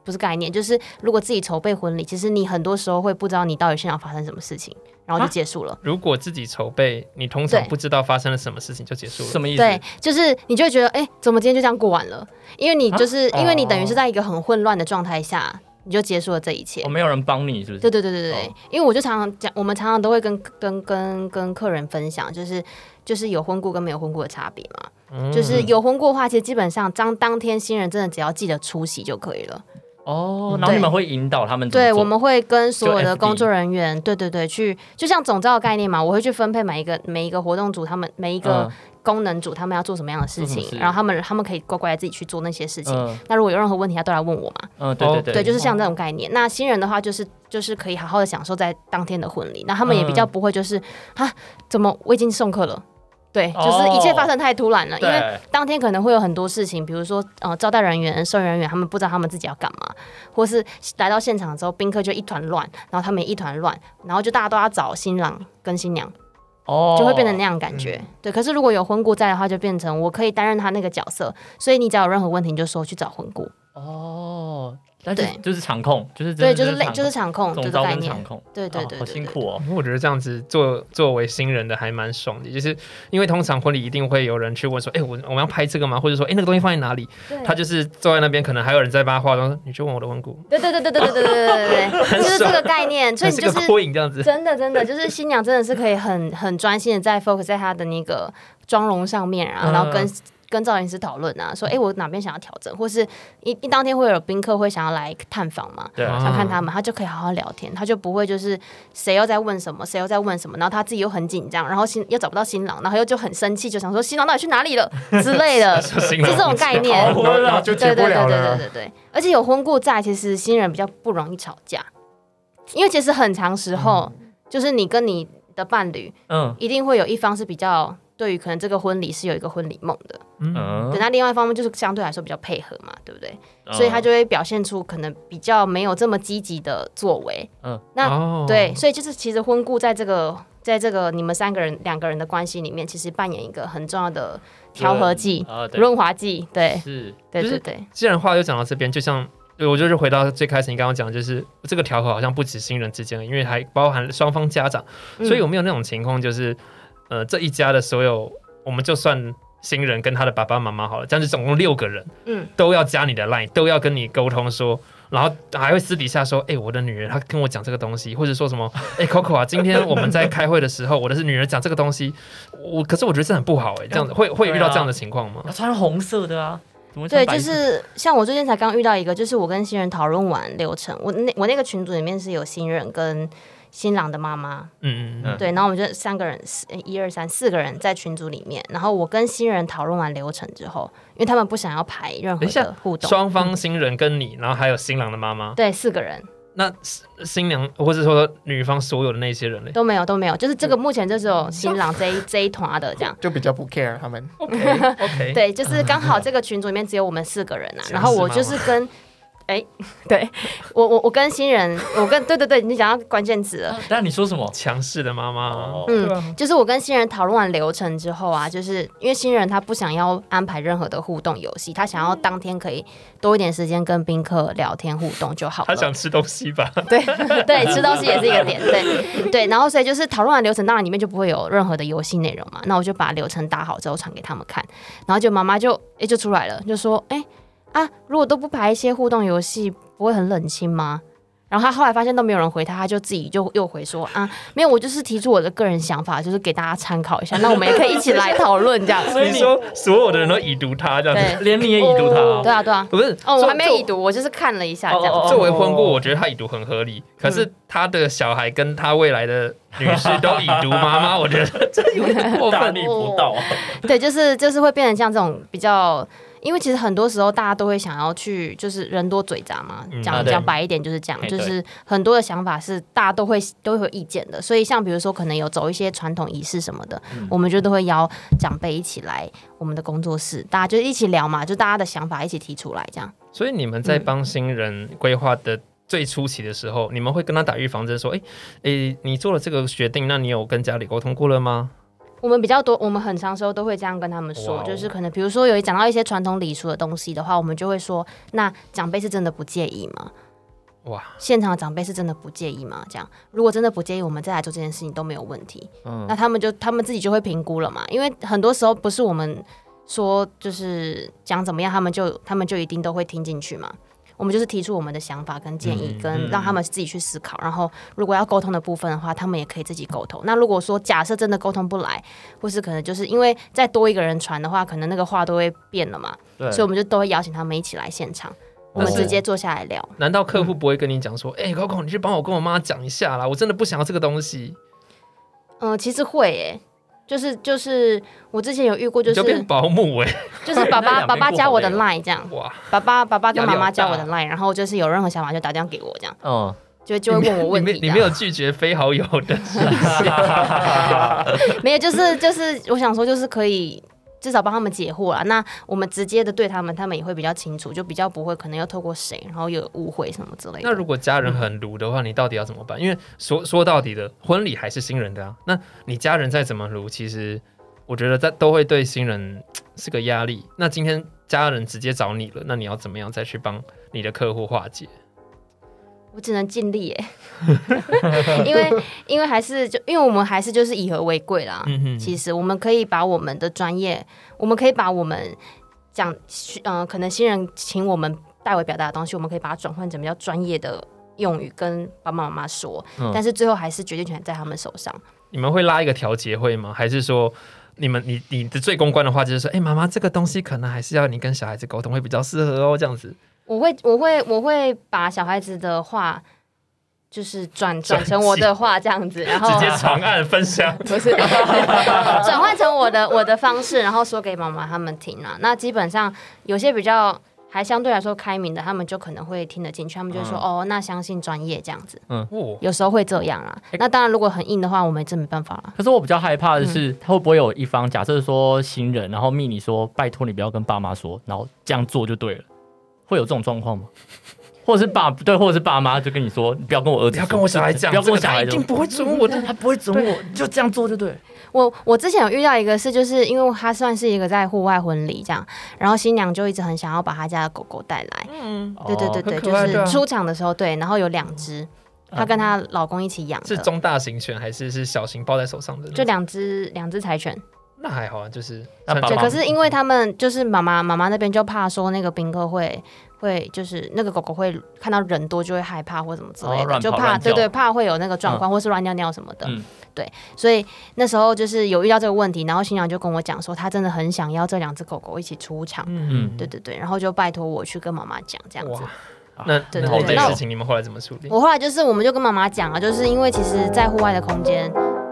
[SPEAKER 1] 不是概念，就是如果自己筹备婚礼，其实你很多时候会不知道你到底现场发生什么事情，然后就
[SPEAKER 3] 啊
[SPEAKER 1] 结束了。
[SPEAKER 2] 如果自己筹备，你通常
[SPEAKER 1] 对
[SPEAKER 2] 不知道发生了什么事情就结束了
[SPEAKER 3] 什。么意思？
[SPEAKER 1] 对，就是你就会觉得，哎、怎么今天就这样过完了？因为你
[SPEAKER 3] 啊
[SPEAKER 1] 就是、因为你等于是
[SPEAKER 3] 哦
[SPEAKER 1] 在一个很混乱的状态下，你就结束了这一切。
[SPEAKER 3] 我、没有人帮你，是不是？
[SPEAKER 1] 对对对对对，
[SPEAKER 3] 哦
[SPEAKER 1] 因为我就常常讲，我们常常都会跟跟跟跟客人分享，就是就是有婚故跟没有婚故的差别嘛。
[SPEAKER 2] 嗯
[SPEAKER 1] 就是有婚故的话，其实基本上当当天新人真的只要记得出席就可以了。
[SPEAKER 3] 哦，然后你们会引导他们怎么
[SPEAKER 1] 对，
[SPEAKER 3] 嗯做
[SPEAKER 1] 我们会跟所有
[SPEAKER 3] 就
[SPEAKER 1] 的
[SPEAKER 3] FD
[SPEAKER 1] 工作人员，对对对，去就像总招的概念嘛，我会去分配每一个每一个活动组，他们每一个
[SPEAKER 3] 嗯
[SPEAKER 1] 功能组，他们要做什么样的事
[SPEAKER 3] 做什么
[SPEAKER 1] 情，
[SPEAKER 3] 事
[SPEAKER 1] 然后他们他们可以乖乖地自己去做那些事情。
[SPEAKER 3] 嗯
[SPEAKER 1] 那如果有任何问题，他都来问我嘛。
[SPEAKER 3] 嗯，
[SPEAKER 2] 哦
[SPEAKER 3] 对对对，
[SPEAKER 1] 对，就是像这种概念。那新人的话，就是就是可以好好的享受在当天的婚礼，那他们也比较不会就是啊，怎么我已经送客了。对，就是一切发生太突然了，因为
[SPEAKER 3] 哦对，
[SPEAKER 1] 当天可能会有很多事情，比如说呃，招待人员、收银人员他们不知道他们自己要干嘛，或是来到现场之后，宾客就一团乱，然后他们也一团乱，然后就大家都要找新郎跟新娘，
[SPEAKER 3] 哦，嗯
[SPEAKER 1] 就会变成那样感觉。对，可是如果有婚顾在的话，就变成我可以担任他那个角色，所以你只要有任何问题，你就说去找婚顾。
[SPEAKER 3] 哦，但是
[SPEAKER 1] 对
[SPEAKER 3] 就是场控，就是真
[SPEAKER 1] 对，
[SPEAKER 3] 的
[SPEAKER 1] 就是类
[SPEAKER 3] 场
[SPEAKER 1] 就是场控
[SPEAKER 3] 控
[SPEAKER 1] 这个
[SPEAKER 3] 总招
[SPEAKER 1] 概
[SPEAKER 3] 跟
[SPEAKER 1] 念
[SPEAKER 3] 场。控，
[SPEAKER 1] 对对
[SPEAKER 3] 哦
[SPEAKER 1] 对
[SPEAKER 3] 好
[SPEAKER 1] 对
[SPEAKER 3] 辛
[SPEAKER 1] 对
[SPEAKER 3] 苦哦。
[SPEAKER 2] 我觉得这样子做作为新人的还蛮爽的，就是因为通常婚礼一定会有人去问说，哎、我我们要拍这个吗？或者说，哎、那个东西放在哪里？
[SPEAKER 1] 对
[SPEAKER 2] 他就是坐在那边，可能还有人在帮他化妆，你去问我的温故，
[SPEAKER 1] 对对对对对对对对对 对，就是
[SPEAKER 3] 啊
[SPEAKER 1] 这个概念。所以
[SPEAKER 2] 这
[SPEAKER 1] 你
[SPEAKER 2] 是
[SPEAKER 1] 就
[SPEAKER 2] 个
[SPEAKER 1] 是
[SPEAKER 2] 蚯蚓这样子。
[SPEAKER 1] 真的真的，就是新娘真的是可以很很专心的在 focus 在她的那个妆容上面啊，
[SPEAKER 2] 嗯
[SPEAKER 1] 然后跟。跟造型师讨论啊，说哎、诶我哪边想要调整，或是一一当天会有宾客会想要来探访嘛，
[SPEAKER 3] 对，
[SPEAKER 2] 啊
[SPEAKER 1] 想看他们，他就可以好好聊天，他就不会就是谁又在问什么，谁又在问什么，然后他自己又很紧张，然后新又找不到新郎，然后又就很生气，就想说新郎到底去哪里了之类的，是
[SPEAKER 2] 新郎
[SPEAKER 1] 这种概念，
[SPEAKER 4] 然后然后就
[SPEAKER 1] 对
[SPEAKER 4] 解
[SPEAKER 1] 对
[SPEAKER 4] 不
[SPEAKER 1] 对
[SPEAKER 4] 了
[SPEAKER 1] 对对
[SPEAKER 4] 了。
[SPEAKER 1] 对对，而且有婚故在，其实新人比较不容易吵架，因为其实很长时候，就是你跟你的伴侣
[SPEAKER 3] 嗯
[SPEAKER 1] 一定会有一方是比较对于可能这个婚礼是有一个婚礼梦的，
[SPEAKER 2] 嗯，
[SPEAKER 3] 嗯
[SPEAKER 1] 对，，那另外一方面就是相对来说比较配合嘛，对不对？所以他就会表现出可能比较没有这么积极的作为，
[SPEAKER 3] 嗯
[SPEAKER 1] 那
[SPEAKER 2] 哦
[SPEAKER 1] 对，，所以就是其实婚故在这个。在这个你们三个人、两个人的关系里面，其实扮演一个很重要的调和剂、
[SPEAKER 3] 啊，对，
[SPEAKER 1] 润滑剂。对，
[SPEAKER 3] 是
[SPEAKER 1] 对
[SPEAKER 2] 嗯就是
[SPEAKER 1] 对对，
[SPEAKER 2] 既然话又讲到这边，就像。我就是回到最开始你刚刚讲的，就是这个调和好像不止新人之间，因为还包含双方家长，
[SPEAKER 1] 嗯
[SPEAKER 2] 所以有没有那种情况，就是呃这一家的所有，我们就算新人跟他的爸爸妈妈好了，这样子总共六个人，
[SPEAKER 1] 嗯，
[SPEAKER 2] 都要加你的 line，都要跟你沟通说，然后还会私底下说，哎、我的女儿她跟我讲这个东西，或者说什么，哎、c o c o 啊，今天我们在开会的时候，我的女儿讲这个东西，我可是我觉得这很不好哎、这样
[SPEAKER 1] 嗯
[SPEAKER 2] 子会会遇
[SPEAKER 1] 啊
[SPEAKER 2] 到这样的情况吗？
[SPEAKER 3] 要哦穿红色的啊，怎么会
[SPEAKER 1] 对，
[SPEAKER 3] 穿
[SPEAKER 1] 就
[SPEAKER 3] 白色
[SPEAKER 1] 是像我最近才刚遇到一个，就是我跟新人讨论完流程，我那我那个群组里面是有新人跟新郎的妈妈，
[SPEAKER 2] 嗯嗯嗯，
[SPEAKER 1] 对，然后我们就三个人，四诶一二三四个人在群组里面，然后我跟新人讨论完流程之后，因为他们不想要排任何
[SPEAKER 2] 等一下
[SPEAKER 1] 的互动，
[SPEAKER 2] 双方新人跟你，然后还有新郎的妈妈，
[SPEAKER 1] 对，四个人
[SPEAKER 2] 那新娘或者说女方所有的那些人嘞，
[SPEAKER 1] 都没有都没有，就是这
[SPEAKER 2] 嗯
[SPEAKER 1] 个目前就只有新郎这一这一团的这样。
[SPEAKER 4] 就比较不 care 他们，
[SPEAKER 2] OK，
[SPEAKER 1] 对，就是刚好这个群组里面只有我们四个人啊，
[SPEAKER 2] 这
[SPEAKER 1] 然
[SPEAKER 2] 样
[SPEAKER 1] 后
[SPEAKER 2] 啊是
[SPEAKER 1] 我
[SPEAKER 2] 吗
[SPEAKER 1] 就是跟，哎、对我我我跟新人，我跟对对对，你讲到关键词了，
[SPEAKER 3] 啊但你说什么？
[SPEAKER 2] 强势的妈啊妈
[SPEAKER 3] 哦，
[SPEAKER 1] 嗯，就是我跟新人讨论完流程之后啊，就是因为新人他不想要安排任何的互动游戏，他想
[SPEAKER 2] 嗯
[SPEAKER 1] 要当天可以多一点时间跟宾客聊天互动就好
[SPEAKER 2] 她
[SPEAKER 1] 了
[SPEAKER 2] 想。吃东 西吧？
[SPEAKER 1] 对对，吃东西也是一个点，对对。然后所以就是讨论完流程，当然里面就不会有任何的游戏内容嘛。那我就把流程打好之后传给他们看，然后就妈妈就诶就出来了，就说诶啊，如果都不排一些互动游戏，不会很冷清吗？然后他后来发现都没有人回他，他就自己就又回说啊，没有，我就是提出我的个人想法，就是给大家参考一下，那我们也可以一起来讨论这样。
[SPEAKER 3] 所以
[SPEAKER 2] 你说所有的人都已读她这样子，
[SPEAKER 1] 对
[SPEAKER 3] 连你也已读他
[SPEAKER 1] 对
[SPEAKER 3] 啊，
[SPEAKER 1] 啊对啊，
[SPEAKER 2] 不是？
[SPEAKER 1] 哦，我
[SPEAKER 2] 作
[SPEAKER 1] 还没有已。读，我就是看了一下这样
[SPEAKER 3] 哦
[SPEAKER 1] 子。
[SPEAKER 2] 作作为婚故，我觉得他已读很合
[SPEAKER 1] 嗯
[SPEAKER 2] 理，可是他的小孩跟他未来的女婿都已读妈妈，我觉得这有点 过
[SPEAKER 3] 哦 大
[SPEAKER 2] 分。
[SPEAKER 3] 逆不道啊！
[SPEAKER 1] 对，就是就是会变成像这种比较，因为其实很多时候大家都会想要去，就是人多嘴杂嘛
[SPEAKER 2] 嗯，
[SPEAKER 3] 啊
[SPEAKER 1] 讲
[SPEAKER 3] 对
[SPEAKER 1] 讲、白一点就是这样
[SPEAKER 3] 哎，对
[SPEAKER 1] 就是很多的想法是大家都会都会有意见的，所以像比如说可能有走一些传统仪式什么的，
[SPEAKER 3] 嗯
[SPEAKER 1] 我们就都会邀长辈一起来我们的工作室，大家就一起聊嘛，就大家的想法一起提出来这样。
[SPEAKER 2] 所以你们在帮新人规划的最初期的时候，你们会跟他打预防针，说：“哎、诶、你做了这个决定，那你有跟家里沟通过了吗
[SPEAKER 1] 我们比较多，我们很长时候都会这样跟他们
[SPEAKER 2] 哇
[SPEAKER 1] 说
[SPEAKER 2] 哦，
[SPEAKER 1] 就是可能比如说有讲到一些传统礼俗的东西的话，我们就会说，那长辈是真的不介意吗？
[SPEAKER 2] 哇，
[SPEAKER 1] 现场的长辈是真的不介意吗？这样，如果真的不介意，我们再来做这件事情都没有问题。
[SPEAKER 3] 嗯
[SPEAKER 1] 那他们就他们自己就会评估了嘛，因为很多时候不是我们说就是讲怎么样，他们就他们就一定都会听进去嘛。我们就是提出我们的想法跟建议，
[SPEAKER 2] 嗯
[SPEAKER 1] 跟让他们自己去思考。然后，如果要沟通的部分的话，他们也可以自己沟通。那如果说假设真的沟通不来，或是可能就是因为再多一个人传的话，可能那个话都会变了嘛，
[SPEAKER 3] 对
[SPEAKER 1] 所以我们就都会邀请他们一起来现场，我们
[SPEAKER 2] 哦
[SPEAKER 1] 直接坐下来聊。？”
[SPEAKER 2] 难道客户不会跟你讲说：“哎、高 c o 你去帮我跟我妈讲一下啦，我真的不想要这个东西。
[SPEAKER 1] 嗯，其实会诶、就是就是我之前有遇过，就
[SPEAKER 2] 你就变
[SPEAKER 1] 是
[SPEAKER 2] 保姆哎、
[SPEAKER 1] 就是爸爸
[SPEAKER 3] 那两边
[SPEAKER 1] 爸爸
[SPEAKER 3] 过
[SPEAKER 1] 加
[SPEAKER 3] 好
[SPEAKER 1] 我的
[SPEAKER 3] 累哦
[SPEAKER 1] line 这样，
[SPEAKER 2] 哇，
[SPEAKER 1] 爸爸爸爸跟
[SPEAKER 2] 压
[SPEAKER 1] 妈
[SPEAKER 2] 力好
[SPEAKER 1] 妈加
[SPEAKER 2] 大
[SPEAKER 1] 我的 line，然后就是有任何想法就打电话给我这样，
[SPEAKER 3] 嗯，
[SPEAKER 1] 就就会问我问
[SPEAKER 2] 你
[SPEAKER 1] 题啊这
[SPEAKER 2] 没你
[SPEAKER 1] 样
[SPEAKER 2] 没有拒绝非好友的，
[SPEAKER 1] 没有，就是就是我想说就是可以至少帮他们解惑啦。那我们直接的对他们，他们也会比较清楚，就比较不会可能要透过谁，然后有误会什么之类的。
[SPEAKER 2] 那如果家人很鲁的话，你到底要怎么办？因为说说到底的，婚礼还是新人的啊。那你家人再怎么鲁，其实我觉得在都会对新人是个压力。那今天家人直接找你了，那你要怎么样再去帮你的客户化解？
[SPEAKER 1] 我只能尽力耶， 因为因为还是就因为我们还是就是以和为贵啦。
[SPEAKER 2] 嗯哼
[SPEAKER 1] 其实我们可以把我们的专业，我们可以把我们讲，嗯、可能新人请我们代为表达的东西，我们可以把它转换成比较专业的用语跟爸爸妈妈说，
[SPEAKER 3] 嗯
[SPEAKER 1] 但是最后还是决定权在他们手上。
[SPEAKER 2] 你们会拉一个调节会吗？还是说你们你你的最公关的话就是说，哎、妈妈，这个东西可能还是要你跟小孩子沟通会比较适合哦，这样子。
[SPEAKER 1] 我会我会我会把小孩子的话。就是转转成我的话这样子，然后
[SPEAKER 2] 直接长按分享，
[SPEAKER 1] 不是转换成我的我的方式，然后说给妈妈他们听啦。那基本上有些比较还相对来说开明的，他们就可能会听得进去，他们就说、
[SPEAKER 2] 嗯
[SPEAKER 1] 哦，那相信专业这样子，
[SPEAKER 2] 哦，
[SPEAKER 1] 有时候会这样啦。那当然，如果很硬的话，我们真没办法啊啦。
[SPEAKER 3] 可是我比较害怕的是，他会不会有一方假设说新人，然后密你说拜托你不要跟爸妈说，然后这样做就对了，会有这种状况吗？ 或者是爸对，或者是爸妈就跟你说，你不要跟我儿
[SPEAKER 2] 不
[SPEAKER 3] 子
[SPEAKER 2] 要
[SPEAKER 3] 说，
[SPEAKER 2] 跟我小孩讲，
[SPEAKER 3] 不要跟我小
[SPEAKER 2] 这
[SPEAKER 3] 孩
[SPEAKER 2] 个他一
[SPEAKER 3] 讲
[SPEAKER 2] 定，不会准我的。
[SPEAKER 3] 他不会准我，你就这样做就对了。
[SPEAKER 1] 我我之前有遇到一个事，就是因为他算是一个在户外婚礼这样，然后新娘就一直很想要把她家的狗狗带来，
[SPEAKER 2] 嗯
[SPEAKER 1] 对对对
[SPEAKER 3] 哦，
[SPEAKER 1] 对，
[SPEAKER 2] 很可爱对
[SPEAKER 1] 就
[SPEAKER 2] 啊
[SPEAKER 1] 是出场的时候对，然后有两只，她跟她老公一起养
[SPEAKER 2] 是
[SPEAKER 1] 的，
[SPEAKER 2] 中大型犬还是是小型抱在手上的？
[SPEAKER 1] 就两只两只柴犬。
[SPEAKER 2] 那还好啊，就是
[SPEAKER 3] 那爸
[SPEAKER 1] 对，
[SPEAKER 3] 妈
[SPEAKER 1] 可是因为他们就是妈妈妈妈那边就怕说那个宾客会会就是那个狗狗会看到人多就会害怕或什么之类
[SPEAKER 3] 哦
[SPEAKER 1] 的，
[SPEAKER 3] 乱跑
[SPEAKER 1] 就怕
[SPEAKER 3] 乱
[SPEAKER 1] 对
[SPEAKER 3] 叫
[SPEAKER 1] 对怕会有那个状况、或是乱尿尿什么的。
[SPEAKER 3] 嗯
[SPEAKER 1] 对，所以那时候就是有遇到这个问题，然后新娘就跟我讲说，她真的很想要这两只狗狗一起出场。
[SPEAKER 2] 嗯
[SPEAKER 1] 对对对，然后就拜托我去跟妈妈讲这样子
[SPEAKER 2] 哇。，那
[SPEAKER 1] 对
[SPEAKER 2] 那
[SPEAKER 1] 对
[SPEAKER 2] 这
[SPEAKER 1] 对
[SPEAKER 2] 件
[SPEAKER 1] 那
[SPEAKER 2] 事情你们后来怎么处理？
[SPEAKER 1] 我后来就是我们就跟妈妈讲啊，就是因为其实，在户外的空间，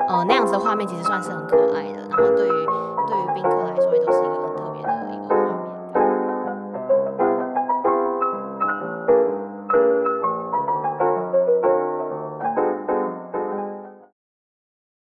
[SPEAKER 1] 呃，那样子的画面其实算是很可爱的，然后对于对于宾客来说也都是一个很。